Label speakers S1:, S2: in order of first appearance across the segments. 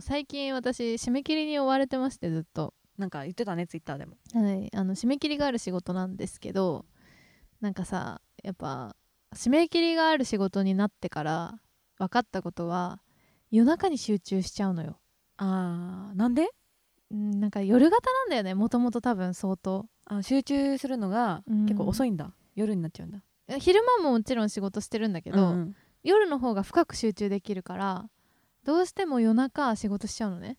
S1: 最近私締め切りに追われてましてずっと
S2: なんか言ってたねツイッターでも
S1: はい、あの締め切りがある仕事なんですけどなんかさやっぱ締め切りがある仕事になってから分かったことは夜中に集中しちゃうのよ
S2: あーなんで
S1: うんなんか夜型なんだよねもともと多分相当
S2: あ集中するのが
S1: うん
S2: 結構遅いんだ、夜になっちゃうんだ
S1: え昼間ももちろん仕事してるんだけ
S2: け
S1: ど、
S2: うんうん
S1: 夜の方が深く集中できるからどうしても夜中仕事しちゃうのね、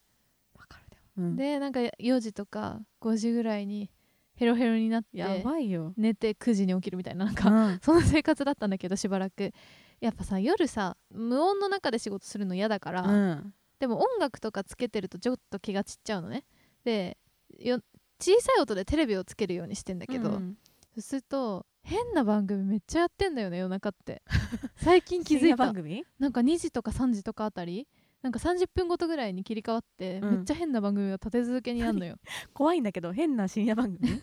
S2: わかるでも、うん
S1: でなんか4時とか5時ぐらいにヘロヘロになっ
S2: や
S1: て
S2: ばいよ
S1: 寝て9時に起きるみたいななんか
S2: うん
S1: その生活だったんだけどしばらくやっぱさ夜さ無音の中で仕事するの嫌だから、
S2: うん
S1: でも音楽とかつけてるとちょっと気が散っちゃうのねでよ小さい音でテレビをつけるようにしてんだけど、
S2: うんうん
S1: そうすると変な番組めっちゃやってんだよね夜中って 最近気づ
S2: 深
S1: い
S2: 夜
S1: た
S2: 番組
S1: なんか2時とか3時とかあたりなんか30分ごとぐらいに切り替わって、
S2: うん
S1: めっちゃ変な番組が立て続けにやんのよ
S2: 怖いんだけど変な深夜番組、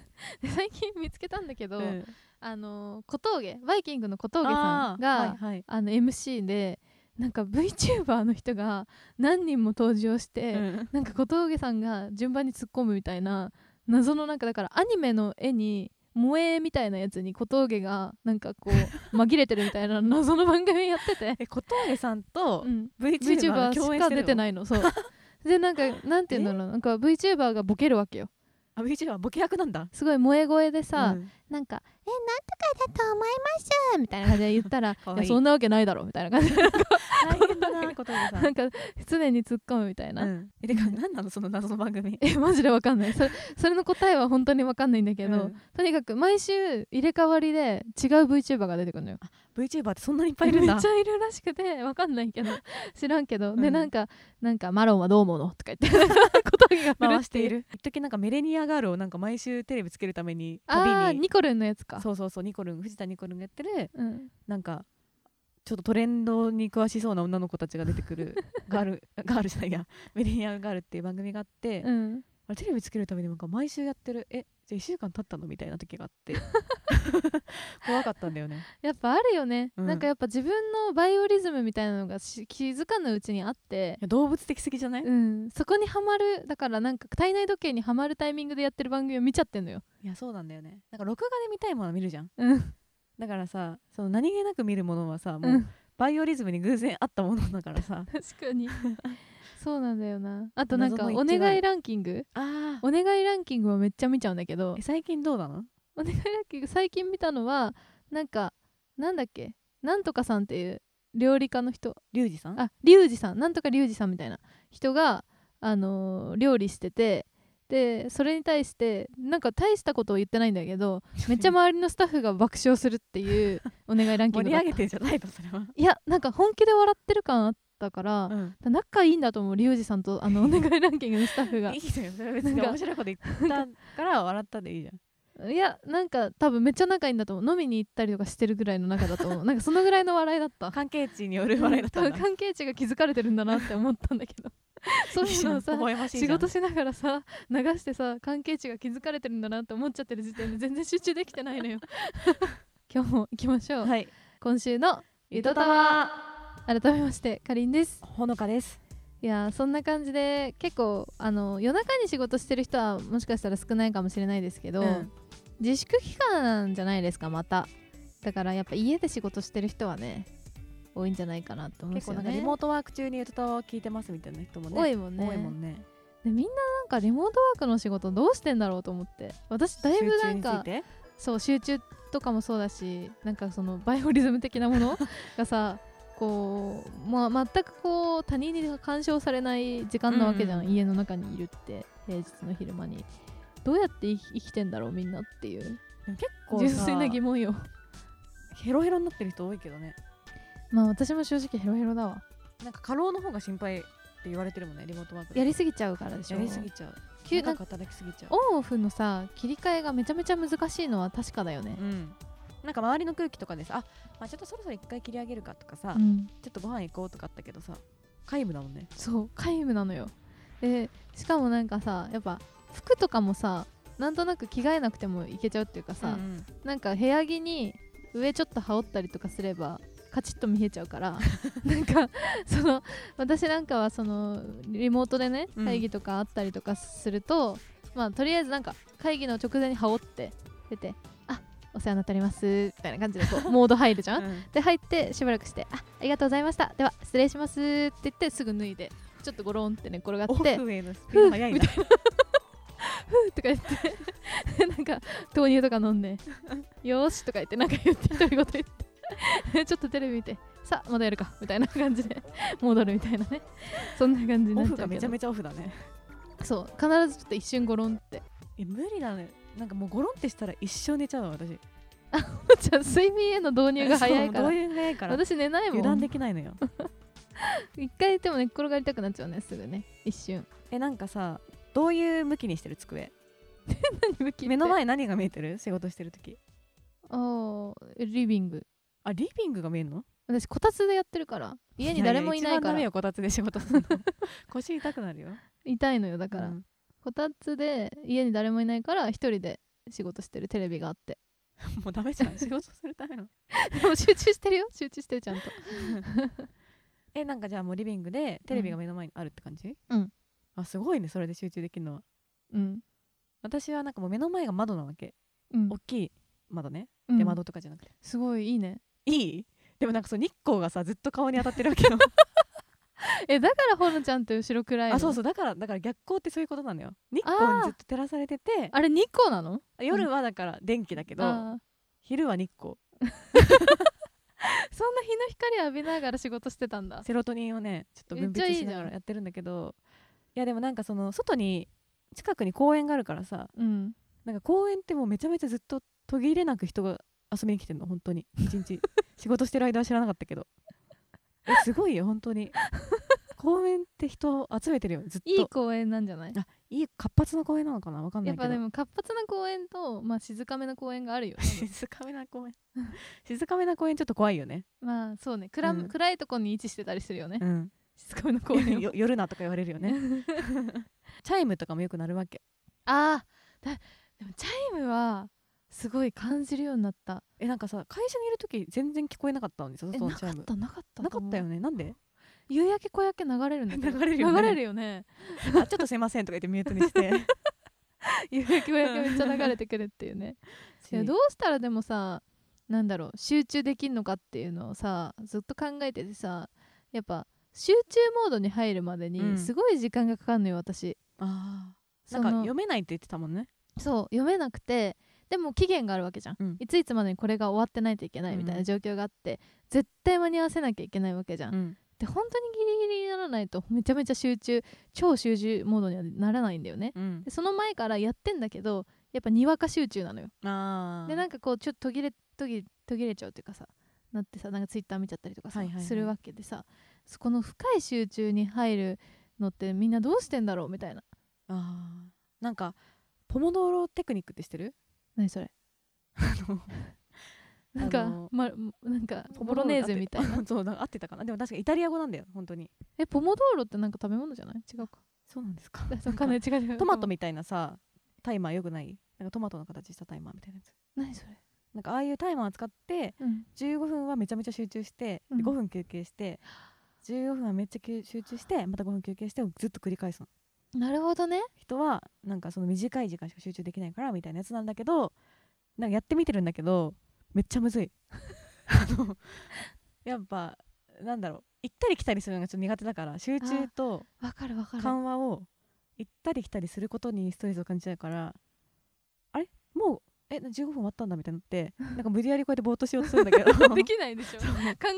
S1: で最近見つけたんだけど、
S2: うん
S1: あの小峠バイキングの小峠さんが、
S2: あーはいはい
S1: あの MC でなんか VTuber の人が何人も登場して、
S2: うん
S1: なんか小峠さんが順番に突っ込むみたいな謎のなんかだからアニメの絵に萌えみたいなやつに小峠がなんかこ う紛れてるみたいな謎の番組やってて、
S2: え小峠さんと
S1: うん
S2: VTuber
S1: VTuber
S2: 共
S1: し
S2: 演し
S1: か
S2: てる
S1: 出て
S2: い
S1: ないのそうで なんかなんて言うんだろうなんか VTuber がボケるわけよ
S2: あ VTuber ボケ役なんだ
S1: すごい萌え声でさ、
S2: うん
S1: なんか「えなんとかだと思います」みたいな感じで言った ら「
S2: かわ
S1: い
S2: いい
S1: やそんなわけないだろ」みたいな感じで
S2: 大変だな小峠さん
S1: なんか常に突っ込むみたいな、
S2: うん、えてか何なのその謎の番組
S1: え マジでわかんないそれそれの答えは本当にわかんないんだけど、
S2: うん
S1: とにかく毎週入れ替わりで違う VTuber が出てくるのよ
S2: VTuber ってそんなにいっぱいいるんだ
S1: めっちゃいるらしくてわかんないけ ど知らんけど、
S2: う
S1: で
S2: ん
S1: なんかなんかマロンはどう思うのとか言って 小峠が振る
S2: 回している一時なんかメレニアガールをなんか毎週テレビつけるために旅
S1: ああ
S2: に
S1: ニコルンのやつか
S2: そうそうそうニコルン藤田ニコルンがやってる
S1: うん、
S2: なんかちょっとトレンドに詳しそうな女の子たちが出てくる ガールガールじゃないやメレニアガールっていう番組があって、あ
S1: うん、
S2: れテレビつけるためになんか毎週やってるえじゃあ1週間経ったのみたいな時があって 怖かったんだよね
S1: やっぱあるよね、
S2: うん
S1: なんかやっぱ自分のバイオリズムみたいなのがし気づかぬうちにあって
S2: いや動物的すぎじゃない、
S1: うん、そこにはまるだからなんか体内時計にはまるタイミングでやってる番組を見ちゃってんのよ
S2: いやそうなんだよねなんか録画で見たいものは見るじゃん
S1: うん、
S2: だからさその何気なく見るものはさもう、
S1: うん、
S2: バイオリズムに偶然あったものだからさ
S1: 確か にそうなんだよなあとなんか
S2: 謎の一致
S1: お願いランキング
S2: あ
S1: お願いランキングはめっちゃ見ちゃうんだけど
S2: え最近どうなの
S1: お願いランキング最近見たのはなんかなんだっけなんとかさんっていう料理家の人
S2: リュウジさん
S1: あリュウジさんなんとかリュウジさんみたいな人が、あのー料理しててでそれに対してなんか大したことを言ってないんだけどめっちゃ周りのスタッフが爆笑するっていうお願いランキン グ
S2: 盛り
S1: だっ
S2: 上
S1: た
S2: げてんじゃないのそれは、
S1: いやなんか本気で笑ってる感あったから、
S2: うん、
S1: 仲いいんだと思うリュウジさんと あのお願いランキングのスタッフが
S2: いいのよそれは別に
S1: なんか
S2: 面白いこと言ったから笑ったでいい じゃん
S1: いやなんか多分めっちゃ仲いいんだと思う飲みに行ったりとかしてるぐらいの仲だと 思うなんかそのぐらいの笑いだった
S2: 関係値による笑いだった
S1: 多
S2: ん
S1: 分
S2: だ
S1: 関係値が気づかれてるんだなって思ったんだけ どそう
S2: いい
S1: いう
S2: じゃ
S1: の
S2: ん
S1: をさ
S2: 微笑ましい
S1: 仕
S2: じゃん
S1: 事しながらさ流してさ関係値が気づかれてるんだなって思っちゃってる時点で全然集中できてない のよ今日も行きましょう、
S2: はい
S1: 今週のゆとたわ改めましてかりんです
S2: ほのかです
S1: いやーそんな感じで結構あの夜中に仕事してる人はもしかしたら少ないかもしれないですけど、
S2: うん
S1: 自粛期間なんじゃないですかまただからやっぱ家で仕事してる人はね多いんじゃないかなって思うんで
S2: 結
S1: す
S2: 構
S1: よ
S2: な
S1: ね
S2: んかリモートワーク中にゆとたわを聞いてますみたいな人もね
S1: 多いもんね
S2: 多いもんね
S1: でみんななんかリモートワークの仕事どうしてんだろうと思って私だいぶなん
S2: 集中につい
S1: か
S2: て
S1: そう集中とかもそうだしなんかそのバイオリズム的なも のがさこう、まあ、全くこう他人に干渉されない時間なわけじゃん、
S2: うんうん
S1: 家の中にいるって平日の昼間にどうやって生き生きてんだろうみんなっていう
S2: でも結
S1: 純
S2: 構さ
S1: 粋な疑問よ
S2: ヘロヘロになってる人多いけどね
S1: まあ私も正直ヘロヘロだわ
S2: なんか過労の方が心配って言われてるもんねリモートワーク
S1: やりすぎちゃうからでしょ
S2: やりすぎちゃう
S1: 急
S2: な
S1: なんん
S2: か
S1: か
S2: 働きすぎちゃう
S1: オンオフのさ切り替えがめちゃめちゃ難しいのは確かだよね、
S2: うん、なんか周りの空気とかでさあ、まあ、ちょっとそろそろ一回切り上げるかとかさ、
S1: う
S2: ちょ
S1: ん、
S2: っとご飯行こうとかあったけどさ皆無だもんね
S1: そう皆無なのよでしかもなんかさやっぱ服とかもさなんとなく着替えなくてもいけちゃうっていうかさ、
S2: うん
S1: なんか部屋着に上ちょっと羽織ったりとかすればカチッと見えちゃうから なんかその私なんかはそのリモートでね
S2: うん
S1: 会議とかあったりとかすると、まあとりあえずなんか会議の直前に羽織って出て「あお世話になっております」みたいな感じでこうモード入るじゃん。
S2: うん
S1: で入ってしばらくして「あありがとうございましたでは失礼します」って言ってすぐ脱いでちょっとゴロンってね転が
S2: オ
S1: っ
S2: フ
S1: て
S2: へのスピード早いな
S1: ふとか言って なんか豆乳とか飲ん で「よーし」とか言ってなんか言って独り言言ってちょっとテレビ見て 「さあまだやるか」みたいな感じで 戻るみたいなねそんな感じにな
S2: オ
S1: っちゃ
S2: フ
S1: うけど
S2: がめちゃめちゃオフだね
S1: そう必ずちょっと一瞬ゴロン って
S2: いや無理だねなんかもうゴロンってしたら一生寝ちゃうわ私
S1: じゃあ睡眠への導入が早いか
S2: そう
S1: ら
S2: 導入が早いから
S1: 私寝ないも
S2: 油断
S1: ん
S2: できないのよ
S1: 一回でも寝っ転がりたくなっちゃうねすぐね一 瞬
S2: えなんかさどういう向きにしてる机目の前何が見えてる仕事してる時
S1: ああリビング
S2: あリビングが見えるの
S1: 私こたつでやってるから家に誰もいないから
S2: やや一番ダメよこたつで仕事するの 腰痛くなるよ
S1: 痛いのよだから、
S2: うん
S1: こたつで家に誰もいないから一人で仕事してるテレビがあって
S2: もうダメじゃん仕事するための
S1: でも集中してるよ集中してるちゃんと
S2: えなんかじゃあもうリビングでテレビが目の前にあるって感じ
S1: うん
S2: あすごいねそれで集中できるのは
S1: うん
S2: 私はなんかもう目の前が窓なわけ
S1: うん
S2: 大きい窓ね
S1: うん
S2: で窓とかじゃなくて
S1: すごいいいね
S2: いいでもなんかそう日光がさずっと顔に当たってるわ けよ
S1: えだからほのちゃんと後ろくらい
S2: あそう
S1: う
S2: そうだからだから逆光ってそういうことなのよ日光にずっと照らされてて
S1: あれ2個なの
S2: 夜はだから電気だけど、
S1: あー
S2: 昼は日光
S1: そんな日の光浴びながら仕事してたんだ
S2: セロトニンをねちょっと分
S1: めっちゃ
S2: 泌
S1: いい
S2: し
S1: じゃ
S2: なが
S1: ん
S2: らやってるんだけどいやでもなんかその外に近くに公園があるからさ
S1: うん
S2: なんか公園ってもうめちゃめちゃずっと途切れなく人が遊びに来てんの本 当に一日仕事してる間は知らなかったけどえすごいよ本当に公園って人を集めてるよずっと
S1: いい公園なんじゃない
S2: あいい活発な公園なのかなわかんな
S1: や
S2: い
S1: っ
S2: けど
S1: ぱでも活発な公園と、まあ、静かめな公園があるよ
S2: 静かめな公園静かめな公園ちょっと怖いよね、
S1: まあそうね暗,、
S2: うん
S1: 暗いとこに位置してたりするよね
S2: うん、
S1: 静かめの公園
S2: よ夜なとか言われる よねチャイムとかもよくなるわけ
S1: あーだでもチャイムはすごい感じるようになった
S2: えなんかさ会社にいる時全然聞こえなかったのにさ
S1: え
S2: 外
S1: な
S2: の
S1: か
S2: チャイ
S1: っ
S2: ム
S1: たなかった
S2: なかったよ
S1: ね
S2: ねなんで
S1: 夕焼け小焼け流れるんだけど
S2: 流れるよね
S1: 流れるよね
S2: あちょっとすいませんとか言ってミュートにして
S1: 夕焼け小焼けめっちゃ流れてくるっていう ね いやどうしたらでもさなんだろう集中できんのかっていうのをさずっと考えててさやっぱ集中モードに入るまで
S2: う
S1: に
S2: ん
S1: すごい時間がかかるのよ私、
S2: あー
S1: そ
S2: なんか
S1: の
S2: 読めないって言ってたもんね
S1: そう読めなくてでも期限があるわけじゃん、
S2: うん
S1: いついつまでにこれが終わってないといけないみたいな状況があって、絶対間に合わせなきゃいけないわけじゃん、
S2: ん
S1: で本当にギリギリにならないとめちゃめちゃ集中超集中モードにはならないんだよね
S2: うん
S1: でその前からやってんだけどやっぱにわか集中なのよ
S2: あー
S1: でなんかこうちょっと途切れ途切れ途切れちゃうっていうかさなってさなんかツイッター見ちゃったりとかさ、
S2: はいはいはい
S1: するわけでさそこの深い集中に入るのってみんなどうしてんだろうみたいな
S2: あーなんかポモドーロテクニックって知ってる
S1: 何それ
S2: の
S1: なんか、
S2: あの
S1: ま、なんかボロネーゼみたいな
S2: そうなんか合ってたかなでも確かイタリア語なんだよ本当に
S1: えポモドーロってなんか食べ物じゃない違 うか
S2: そうなんですか
S1: あそうかね違う違う
S2: トマトみたいなさタイマーよくないなんかトマトの形したタイマーみたいなやつ
S1: 何それ、
S2: なんかああいうタイマー使って
S1: うん、
S2: 15分はめちゃめちゃ集中して、
S1: うん
S2: で5分休憩して15分はめっちゃきゅ集中してまた5分休憩してをずっと繰り返すの
S1: なるほどね
S2: 人はなんかその短い時間しか集中できないからみたいなやつなんだけどなんかやってみてるんだけどめっちゃむず いあのやっぱなんだろう行ったり来たりするのがちょっと苦手だから集中と
S1: わかるわかる
S2: 緩和を行ったり来たりすることにストレスを感じちゃうからあれもうえ15分終わったんだみたいに なってなんか無理やりこうやってぼーっとしようとするんだけど
S1: できないでしょ考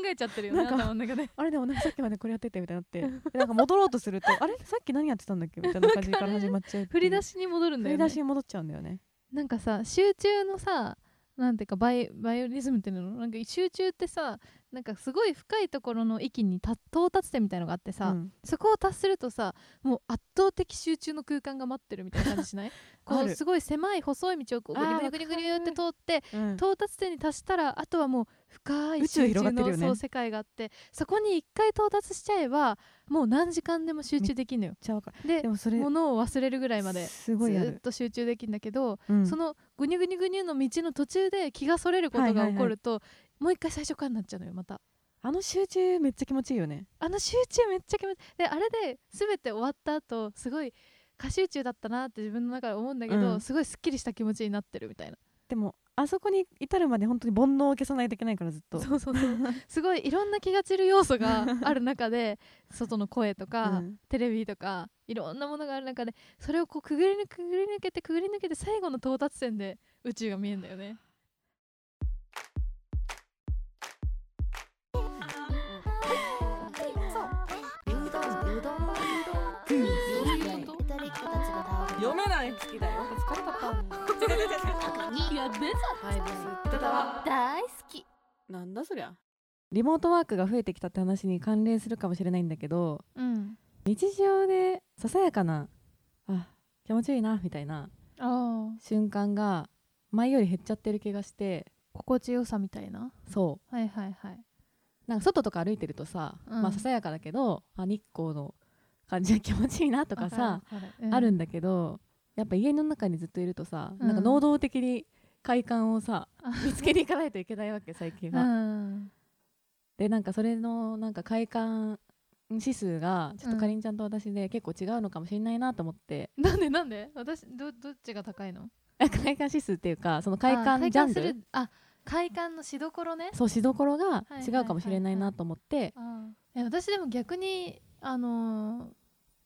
S1: えちゃってるよね
S2: なんか
S1: 頭の中で
S2: あれでもなんかさっきまでこれやっててみたいになって でなんか戻ろうとするとあれさっき何やってたんだっけみたいな感じから始まっちゃうってい
S1: 振
S2: う
S1: り出しに戻るんだ
S2: 振り
S1: よ
S2: 出
S1: ね
S2: しに戻っちゃうんだよね
S1: なんかさ集中のさなんていうかバイバイオリズムっていうのなんか集中ってさなんかすごい深いところの域にた到達点みたいのがあってさ、
S2: うん
S1: そこを達するとさもう圧倒的集中の空間が待ってるみたいな感じし ないこ
S2: あ
S1: う
S2: る
S1: すごい狭い細い道をこう
S2: あー
S1: グリグリグリグリって通って
S2: うん
S1: 到達点に達したらあとはもう深い
S2: 宇宙
S1: 集
S2: 広が
S1: 中
S2: ってる
S1: の、
S2: よね
S1: そう世界があってそこに一回到達しちゃえばもう何時間でも集中できるのよ。
S2: ちゃわかる
S1: で
S2: でもそれ
S1: 物を忘れるぐらいまですず
S2: ごいあ
S1: ーっ
S2: る、
S1: と集中できるんだけど、
S2: うん
S1: そのぐにゅぐにゅぐにゅの道の途中で気がそれることが起こると、もう一回最初からになっちゃうのよまた
S2: あの集中めっちゃ気持ちいいよね
S1: あの集中めっちゃ気持ちであれで全て終わった後すごい過集中だったなって自分の中で思うんだけど、
S2: うん
S1: すごいすっきりした気持ちになってるみたいな
S2: でもあそこに至るまで本当に煩悩を消さないといけないからずっと
S1: そうそうそう すごいいろんな気が散る要素 がある中で外の声とか、
S2: うん
S1: テレビとかいろんなものがある中でそれをこうくぐり抜くぐり抜けてくぐり抜けて最後の到達点で宇宙が見えるんだよね
S3: うどんうどんうどんクイズ読めない好きだよ疲れたったやべさ大好きなんだそりゃ
S2: リモートワークが増えてきたって話に関連するかもしれないんだけど
S1: うん
S2: 日常でささやかなあ気持ちいいなみたいな
S1: あ
S2: 瞬間が前より減っちゃってる気がして
S1: 心地よさみたいな
S2: そ
S1: はいはいはいう
S2: なんか外とか歩いてるとさ、
S1: うん
S2: まあささやかだけどあ日光の感じが気持ちいいなとかさ、あるんだけどやっぱ家の中にずっといるとさ、
S1: うん
S2: なんか能動的に快感をさ
S1: あ
S2: 見つけに行かないといけないわけ最近は。
S1: うん
S2: でなんかそれのなんか快感指数がちょっとかりんちゃんと私で結構違うのかもしれないなと思って、
S1: なんでなんで私どどっちが高いの
S2: 快感指数っていうかその快
S1: あ
S2: 感ジャン
S1: す
S2: ル
S1: るあ快感のしどころね
S2: そうしどころが
S1: はい
S2: 違うかもしれないなと思って、
S1: あーえ私でも逆にあのー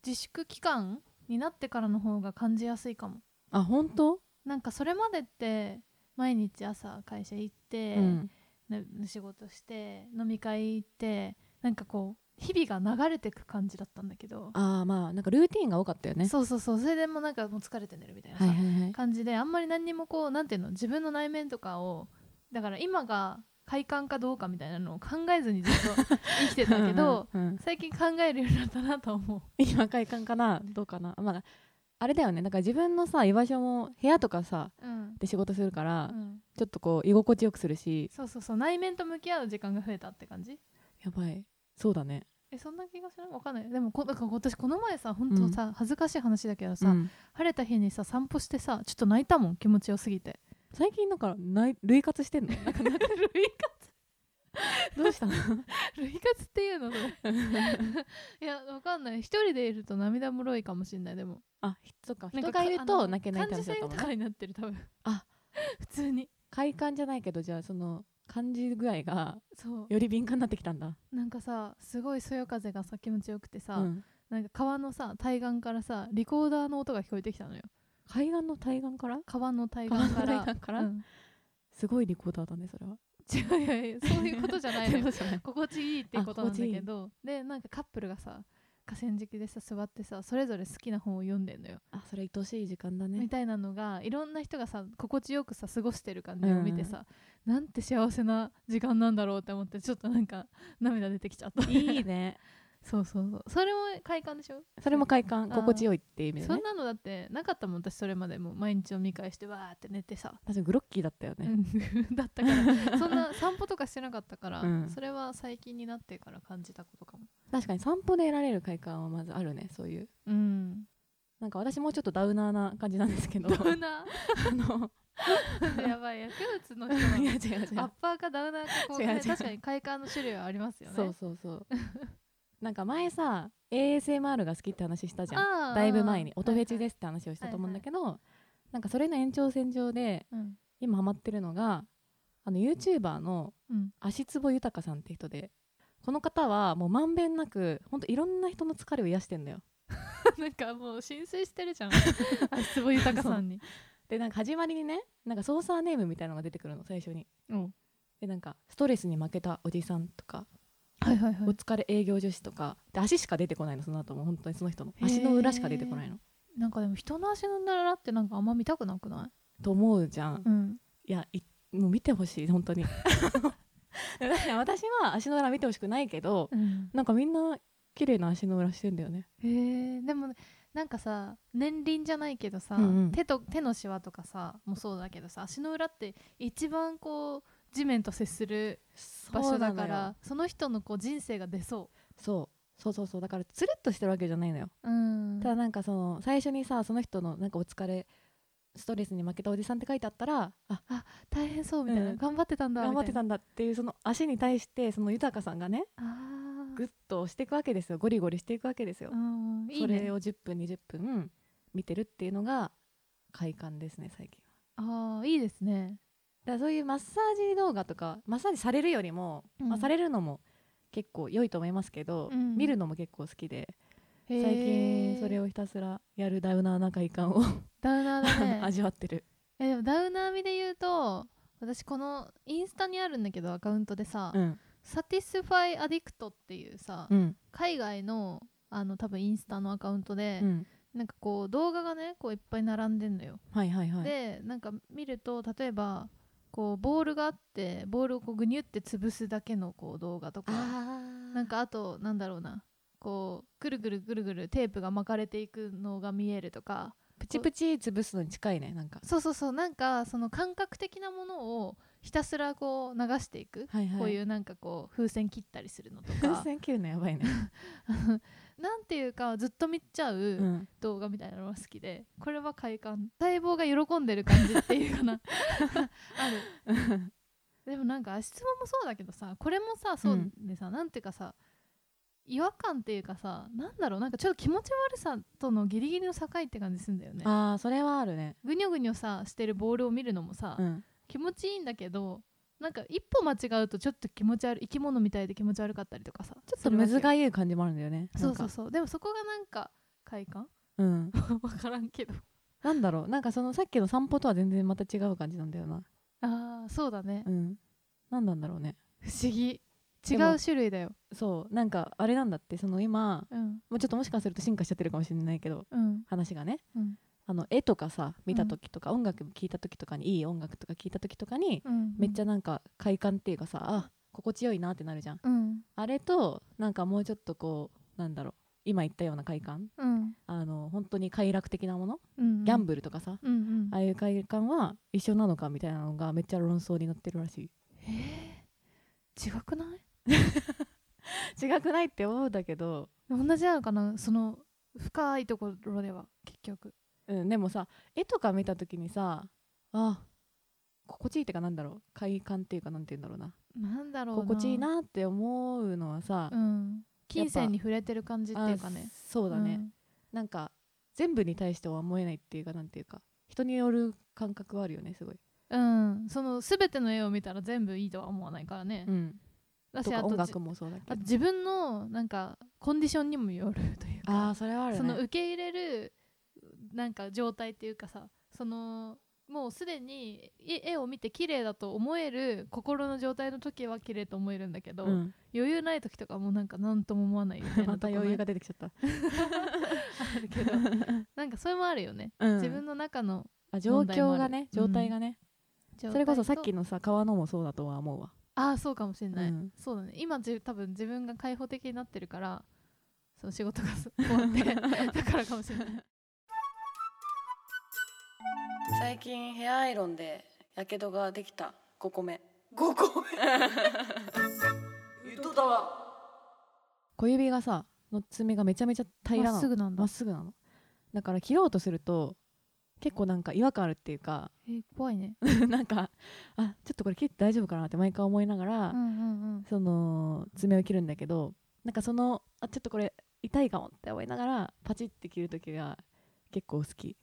S1: 自粛期間になってからの方が感じやすいかも
S2: あ本当、
S1: なんかそれまでって毎日朝会社行って、
S2: うん
S1: ね仕事して飲み会行ってなんかこう日々が流れてく感じだったんだけど、
S2: ああまあなんかルーティンが多かったよね
S1: そうそうそうそれでもうなんかもう疲れて寝るみたいなさ、
S2: はいはいはい
S1: 感じであんまり何にもこうなんていうの自分の内面とかをだから今が快感かどうかみたいなのを考えずにずっと生きてたけど、
S2: うんうんうん
S1: 最近考えるようになったなと思う
S2: 今快感かなどうかなまああれだよねだから自分のさ居場所も部屋とかさ
S1: うん、
S2: で仕事するから、
S1: うん、
S2: ちょっとこう居心地よくするし
S1: そうそうそう内面と向き合う時間が増えたって感じ
S2: やばいそうだね
S1: えそんな気がしないわかんないでもこだから私この前さ本当さ、恥ずかしい話だけどさ、
S2: うん
S1: 晴れた日にさ散歩してさちょっと泣いたもん気持ちよすぎて
S2: 最近なんかない類活してんの なんかなんか
S1: 涙
S2: どうしたの
S1: 類活っていうの それいやわかんない一人でいると涙もろいかもしんないでも
S2: あ人か
S1: なん
S2: 人
S1: か
S2: がいる
S1: あの
S2: と泣けないって
S1: 感受
S2: 話だ
S1: 性
S2: ったもん
S1: と
S2: ね
S1: かになってる多分
S2: あ
S1: 普通に
S2: 快感じゃないけどじゃあその感じ具合が
S1: そう
S2: より敏感になってきたんだ
S1: なんかさすごいそよ風がさ気持ちよくてさ、
S2: うん
S1: なんか川のさ対岸からさリコーダーの音が聞こえてきたのよ
S2: 海岸の対岸から
S1: 川の対岸から
S2: 川の対岸から
S1: うん
S2: すごいリコーダーだねそれは
S1: 違ういやいやそういうことじゃない のよ心地いいっていうことなんだ
S2: あ
S1: けどでなんかカップルがさ河川敷でさ座ってさそれぞれ好きな本を読んでんのよ、
S2: あそれ愛しい時間だ
S1: み
S2: ね
S1: たいなのがいろんな人がさ心地よくさ過ごしてる感じを見てさ、なんて幸せな時間なんだろうって思ってちょっとなんか涙出てきちゃった
S2: いいね
S1: そうそうそうそれも快感でしょ、
S2: それも快感
S1: あー
S2: 心地よいっていう意味だ
S1: そん
S2: ね
S1: なのだってなかったもん私それまでもう毎日を見返してわーって寝てさ、
S2: 確かにグロッキーだったよ
S1: う
S2: ね、
S1: ん だったからそん な散歩とかしてなかったから、
S2: うん
S1: それは最近になってから感じたことかも
S2: 確かに散歩で得られる快感はまずあるねそういう
S1: うん
S2: なんか私もうちょっとダウナーな感じなんですけど
S1: ダウナ
S2: あの
S1: ー やばい薬物の人
S2: いや
S1: は
S2: 違う違う
S1: アッパーかダウナーかこう、
S2: 違う
S1: ね
S2: 違、う
S1: 確かに快感の種類はありますよね
S2: そうそうそうなんか前さ ASMR が好きって話したじゃん
S1: あー
S2: だいぶ前に
S1: あー
S2: 音フェチ
S1: は
S2: で
S1: い
S2: すって話をしたと思うんだけど、なんかそれの延長線上で
S1: はいうん
S2: 今ハマってるのがあの YouTuber の
S1: うん
S2: 足つぼ豊さんって人でこの方はもうまんべんなくほんといろんな人の疲れを癒してんだよ
S1: なんかもう浸水してるじゃん 足つぼ豊さんに
S2: でなんか始まりにねなんかソーサーネームみたいのが出てくるの最初に
S1: うん
S2: でなんかストレスに負けたおじさんとか、
S1: はいはいは
S2: お疲れ営業女子とかで足しか出てこないのその後も本当にその人の足の裏しか出てこないの
S1: いなんかでも人の足の裏ってなんかあんま見たくなくな
S2: と思うじゃん
S1: いうん
S2: いやいもう見てほしい 本当に確かに私は足の裏見てほしくないけど
S1: うん
S2: なんかみんな綺麗な足の裏してんだよね
S1: へえでもねなんかさ年輪じゃないけどさ、
S2: うんうん
S1: 手と手のシワとかさもそうだけどさ足の裏って一番こう地面と接する場所だからその人のこう人生が出そ
S2: そうそうそうそうだからつるっとしてるわけじゃないのよ、
S1: ううん
S2: ただなんかその最初にさその人のなんかお疲れストレスに負けたおじさんって書いてあったらあ
S1: 大変そうみたいな、
S2: うん
S1: 頑張ってたんだみたい
S2: 頑
S1: な
S2: 張ってたんだっていうその足に対してその豊さんがね
S1: あ
S2: グッと押していくわけですよゴリゴリしていくわけですよ
S1: ー、うん、いい
S2: そ
S1: ね
S2: れを10分20分見てるっていうのが快感ですね最近は
S1: あーいいですね
S2: だからそういうマッサージ動画とかマッサージされるよりも、
S1: うん
S2: まあ、されるのも結構良いと思いますけど、
S1: うん
S2: 見るのも結構好きで
S1: 最
S2: 最近それ
S1: を
S2: をひたすらやるダウナーな快感を、
S1: ダウナーだね
S2: 味わってる
S1: えでもダウナー味で言うと私このインスタにあるんだけどアカウントでさ、
S2: うん
S1: サティスファイアディクトっていうさ、
S2: うん
S1: 海外のあの多分インスタのアカウントで
S2: う、ん
S1: なんかこう動画がねこういっぱい並んでんのよ、
S2: はいはいはい
S1: でなんか見ると例えばこうボールがあってボールをこうグニュって潰すだけのこう動画とか
S2: な
S1: なんかあとなんだろうなこうぐるぐるぐるぐるテープが巻かれていくのが見えるとか
S2: プチプチ潰すのに近いねなんか
S1: そうそうそうなんかその感覚的なものをひたすらこう流していく、
S2: はいはい
S1: こういうなんかこう風船切ったりするのと
S2: 風
S1: か
S2: 船切るのやばい ね、
S1: なんていうかずっと見ちゃ
S2: う、
S1: うん動画みたいなのが好きでこれは快感細胞が喜んでる感じっていう かなある でもなんか質問もそうだけどさこれもさそう
S2: うん
S1: でさ、なんていうかさ違和感っていうかさなんだろうなんかちょっと気持ち悪さとのギリギリの境って感じすんだよね
S2: ああそれはあるね、
S1: ぐにょぐにょさしてるボールを見るのもさ、
S2: うん、
S1: 気持ちいいんだけどなんか一歩間違うとちょっと気持ち悪い生き物みたいで気持ち悪かったりとかさちょっ
S2: ちょっとむずがゆい感じもあるんだよね
S1: そ
S2: な
S1: うんそう
S2: か
S1: そうでもそこがなんか快感
S2: うん
S1: わからんけど
S2: なんだろうなんかそのさっきの散歩とは全然また違う感じなんだよな
S1: ああそうだね
S2: うん何なんだろうね
S1: 不思議違
S2: でも
S1: う種類だよ
S2: そうなんかあれなんだってその今
S1: うん
S2: もうちょっともしかすると進化しちゃってるかもしれないけど
S1: うん
S2: 話がね
S1: うん
S2: あの絵とかさ見た時とか、音楽聴いた時とかにいい音楽とか聴いた時とかに、
S1: うん
S2: めっちゃなんか快感っていうかさあ心地よいなってなるじゃん
S1: うん
S2: あれとなんかもうちょっとこうなんだろう今言ったような快感
S1: うん
S2: あの本当に快楽的なもの、
S1: うん
S2: ギャンブルとかさ
S1: うんうん
S2: ああいう快感は一緒なのかみたいなのがめっちゃ論争になってるらしい
S1: えー、違くない
S2: 違くないって思うんだけど、
S1: 同じなのかなその深いところでは結局
S2: うん、でもさ絵とか見た時にさあ心地いいってかなんだろう快感っていうかなんて言うんだろうな
S1: なんだろうな
S2: 心地いいなって思うのはさ、
S1: うん金銭に触れてる感じっていうか
S2: あ
S1: ね
S2: そうだね、
S1: ん
S2: なんか全部に対しては思えないっていうかなんていうか人による感覚はあるよねすごい、
S1: うん、その全ての絵を見たら全部いいとは思わないからね、
S2: うん、
S1: だ
S2: と
S1: しあ
S2: か
S1: と
S2: 音
S1: じ
S2: 楽もそうだけ
S1: あと
S2: ど
S1: 自分のなんかコンディションにもよるという
S2: あ
S1: か
S2: あそれはあるね
S1: その受け入れるなんか状態っていうかさそのもうすでにい絵を見て綺麗だと思える心の状態の時は綺麗と思えるんだけど、
S2: うん、
S1: 余裕ない時とかもうなんか何とも思わないみたいな
S2: ま
S1: と
S2: た
S1: こ
S2: 余裕
S1: ね
S2: が出てきちゃった、
S1: あるけど なんかそれもあるよね、
S2: うん
S1: 自分の中の
S2: あ状
S1: 問題もあ
S2: 況
S1: る
S2: がね
S1: うん
S2: 状態がね、
S1: 状態と
S2: それこそさっきのさ川のもそうだとは思うわ
S1: ああそうかもしれない、
S2: うん
S1: そうだね今じ多分自分が開放的になってるからその仕事がす終わって だからかもしれない
S3: 最近ヘアアイロンでやけどができた5個目5個目ゆとだわ
S2: 小指がさの爪がめちゃめちゃ平ら
S1: ま
S2: な
S1: っす
S2: の
S1: ぐなんだ
S2: まっすぐなのだから切ろうとすると結構なんか違和感あるっていうか
S1: えー怖いね
S2: なんかあちょっとこれ切って大丈夫かなって毎回思いながら、
S1: うんうんうん
S2: その爪を切るんだけどなんかそのあちょっとこれ痛いかもって思いながらパチって切る時が結構好き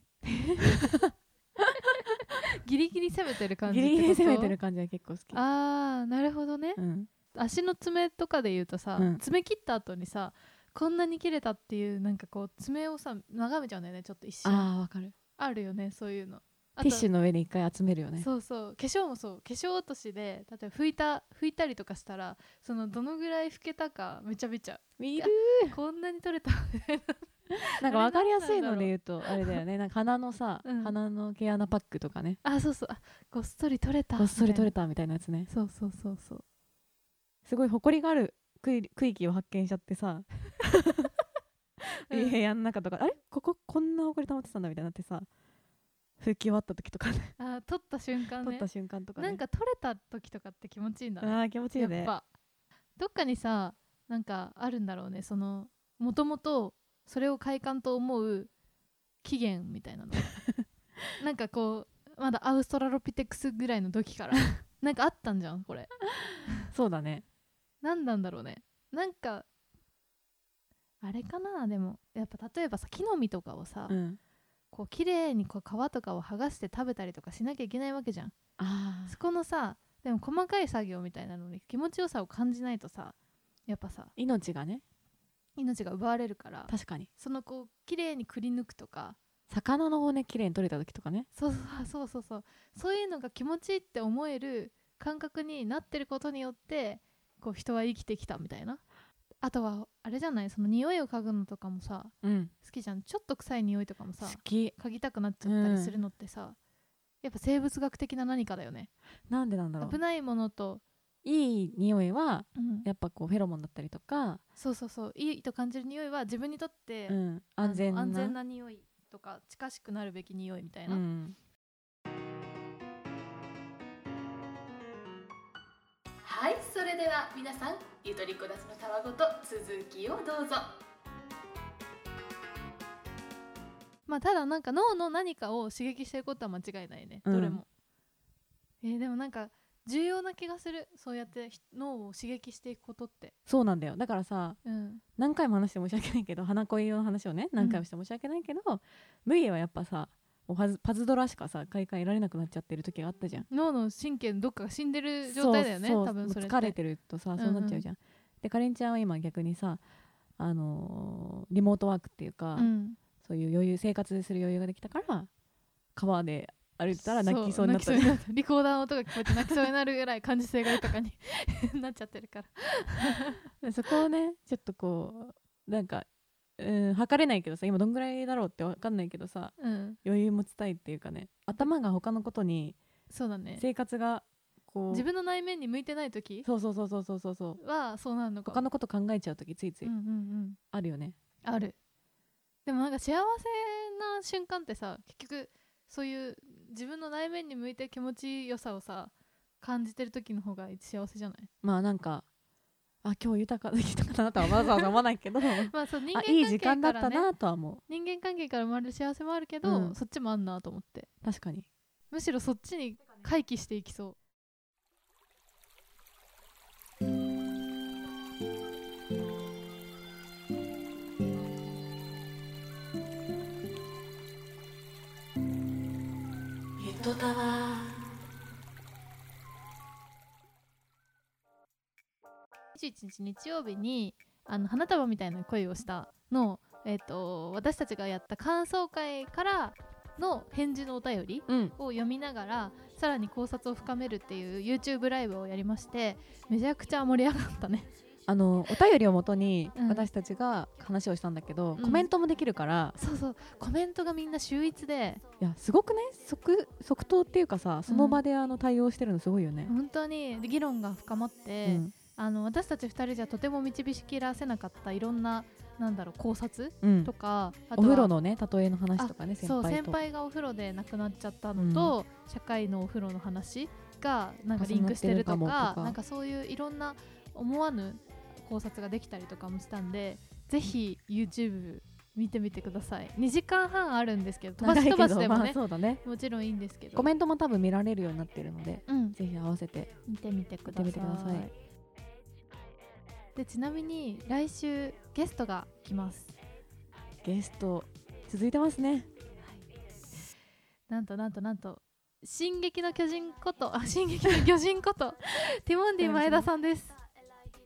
S1: ギリギリ攻めてる感じ
S2: ギ
S1: って
S2: リ
S1: こと
S2: ギリ攻めてる感じが結構好き
S1: あーなるほどね
S2: うん、
S1: 足の爪とかで言うとさ、
S2: うん
S1: 爪切った後にさこんなに切れたっていうなんかこう爪をさ眺めちゃうんだよねちょっと一瞬あ
S2: あーわかる
S1: るよねそういうのあ
S2: テ
S1: と
S2: ィッシュの上に一回集めるよね
S1: そうそう化粧もそう化粧落としで例えば拭いた拭いたりとかしたらそのどのぐらい拭けたかめちゃめちゃ
S2: 見
S1: るこんなに取れた
S2: なんか分かりやすいので言うとあれだよねなんか鼻の さ、
S1: うん
S2: 鼻の毛穴パックとかね
S1: あそうそうあごっそり取れた
S2: こっそり取れ
S1: た
S2: たみたいなやつね
S1: そうそうそうそう
S2: すごい埃がある区域区域を発見しちゃって
S1: う
S2: さ
S1: ん
S2: いい部屋の中とかあれこここんな埃溜まってたんだみたいになってさ吹き終わった時とかね
S1: あー取った瞬間
S2: 取
S1: ね
S2: った瞬間とかね
S1: なんか取れた時とかって気持ちいいんだね
S2: あー気持ちいい
S1: やっ
S2: ね
S1: ぱどっかにさなんかあるんだろうねその もともとそれを快感と思う起源みたいなのがなんかこうまだアウストラロピテクスぐらいの時から なんかあったんじゃんこれ
S2: そうだね
S1: 何なんだろうねなんかあれかなでもやっぱ例えばさ木の実とかをさ、
S2: うん
S1: こう綺麗にこう皮とかを剥がして食べたりとかしなきゃいけないわけじゃん
S2: あ
S1: そこのさでも細かい作業みたいなのに気持ちよさを感じないとさやっぱさ
S2: 命がね
S1: 命が奪われるから
S2: 確かに
S1: そのこう綺麗にくり抜くとか
S2: 魚の骨綺麗に取れた時とかね
S1: そうそうそうそうそうそういうのが気持ちいいって思える感覚になってることによってこう人は生きてきたみたいなあとはあれじゃないその匂いを嗅ぐのとかもさ
S2: うん
S1: 好きじゃんちょっと臭い匂いとかも
S2: 好
S1: さ
S2: き
S1: 嗅ぎたくなっちゃったりするのってさ、やっぱ生物学的な何かだよね
S2: なんでなんだろう
S1: 危ないものと、
S2: いい匂いは
S1: うん
S2: やっぱこうフェロモンだったりとか、
S1: そうそうそういいと感じる匂いは自分にとって、
S2: うん、
S1: あの
S2: 安全な
S1: 安全な匂いとか近しくなるべき匂いみたいな、
S2: うん、
S4: はい、それでは皆さん、ゆとりこだすのたわごと続きをどうぞ。
S1: まあただなんか脳の何かを刺激してることは間違いないね、
S2: うん
S1: どれも、えーでもなんか重要な気がするそうやってひ脳を刺激していくことって
S2: そうなんだよだからさ
S1: うん
S2: 何回も話して申し訳ないけど花恋の話をね何回もして申し訳ないけど、ムイエはやっぱさもうパズパズドラしかさ買い替えられなくなっちゃってる時があったじゃん
S1: 脳の神経のどっかが死んでる状態だよね
S2: そう
S1: 多分それ
S2: も
S1: っ
S2: う
S1: て
S2: 疲れてるとさそうなっちゃうじゃん、でかりんちゃんは今逆にさあのーリモートワークっていうか、
S1: うん、
S2: そういう余裕生活する余裕ができたから川で歩いてたら泣きそうになった
S1: そ泣きそうになったリコーダーの音が聞こえて泣きそうになるぐらい感受性が豊かに なっちゃってるから
S2: でそこをねちょっとこうなんかうん測れないけどさ今どんぐらいだろうって分かんないけどさ
S1: うん
S2: 余裕持ちたいっていうかね頭が他のことに
S1: そうだね
S2: 生活がこう
S1: 自分の内面に向いてない時
S2: そうそうそうそうそうそうそう
S1: はそうなるのかも
S2: 他のこと考えちゃう時ついつ
S1: う
S2: い
S1: んうんうん
S2: あるよね、
S1: あるでもなんか幸せな瞬間ってさ結局そういう自分の内面に向いて気持ちよさをさ感じてる時の方が幸せじゃない
S2: まあなんかあ今日豊かできたかなとはわざわざ思わない けど
S1: まあそう人
S2: あ
S1: 間
S2: いい時間
S1: 関係
S2: だっ
S1: か
S2: た
S1: ら、ね、
S2: なとは思
S1: 人間関係から生まれる幸せもあるけど、
S2: うん
S1: そっちもあんなと思って
S2: う確かに
S1: むしろそっちに回帰していきそう
S3: ゆとたわ
S1: 21日日曜日にあの花束みたいな恋をしたのを、えー、と私たちがやった感想会からの返事のお便り
S2: うん
S1: を読みながらさらに考察を深めるっていう YouTube ライブをやりましてめちゃくちゃ盛り上がったね
S2: あのお便りをもとに
S1: うん
S2: 私たちが話をしたんだけど、
S1: うん
S2: コメントもできるから
S1: そうそうコメントがみんな秀逸で
S2: いやすごくね即即答っていうかさその場であの対応してるのすごいよね、
S1: 本当に議論が深まって、
S2: うん
S1: あの私たち2人じゃとても導き出せなかったいろんななんだろう考察
S2: うん
S1: とか、あと
S2: お
S1: は
S2: 風呂のね例えの話とかね先
S1: そう
S2: 輩
S1: 先
S2: と
S1: 輩がお風呂で亡くなっちゃったのと、社会のお風呂の話がなんかリンクしてるとか
S2: 重なってるかもとか
S1: なんかそういういろんな思わぬ考察ができたりとかもしたんでぜひ YouTube 見てみてください2時間半あるんですけど飛ば
S2: 長
S1: し
S2: いけ
S1: 飛ば
S2: ど
S1: しでも
S2: まあ
S1: ね、
S2: そうだね
S1: もちろんいいんですけど
S2: コメントも多分見られるようになってるので
S1: うん、
S2: ぜひ合わせて
S1: 見てみてく
S2: 見
S1: ださ
S2: て
S1: い
S2: みてください
S1: でちなみに来週ゲストが来ます
S2: ゲスト続いてますね
S1: なんとなんとなんと「進撃の巨人」ことあ「 進撃の巨人」ことティモンディ前田さんです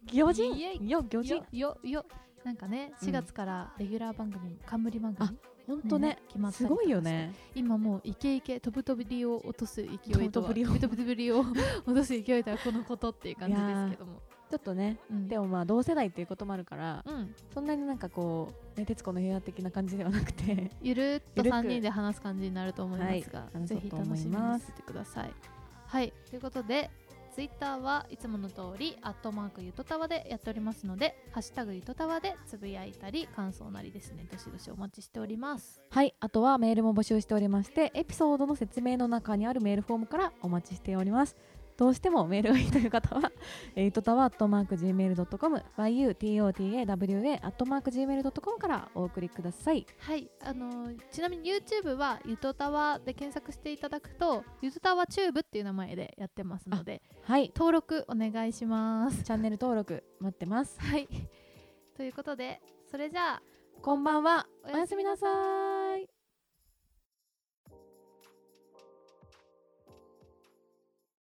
S2: 魚
S1: イエ
S2: 人
S1: イ
S2: よ魚人
S1: よよよなんかね
S2: うん
S1: 4月からレギュラー番組冠番組
S2: あほんとね
S1: 決まった
S2: す
S1: りとか
S2: ごいよね
S1: 今もうイケイケ飛ぶ飛びりを落とす勢いとは
S2: 飛ぶ飛びを
S1: 飛ぶ飛びりを落とす勢いとはこのことっていう感じですけども
S2: ちょっとね
S1: うん
S2: でもまあ同世代っていうこともあるから
S1: うん
S2: そんなになんかこうね徹子の部屋的な感じではなくて
S1: ゆるっと
S2: ゆるく
S1: 3人で話す感じになると思いますが、
S2: はい
S1: ぜひ楽しみにしててくださいはいということでツイッターはいつもの通り「アットマークゆとたわ」でやっておりますので「ハッシュタグゆとたわ」でつぶやいたり感想なりですねどしどしお待ちしております
S2: はいあとはメールも募集しておりましてエピソードの説明の中にあるメールフォームからお待ちしておりますどうしてもメールがいいという方は、 えー、トタワー Gmail.com、yutotawa アットマーク Gmail.com からお送りください。
S1: はいあのーちなみに YouTube は「ゆとたわ」で検索していただくと「ゆとたわチューブ」っていう名前でやってますので
S2: はい。
S1: 登録お願いします
S2: チャンネル登録待ってます。
S1: はいということでそれじゃあ
S2: こんばんは。
S1: お
S2: お
S1: や
S2: や
S1: す
S2: す
S1: み
S2: み
S1: な
S2: な
S1: さ
S2: さ
S1: い
S2: い。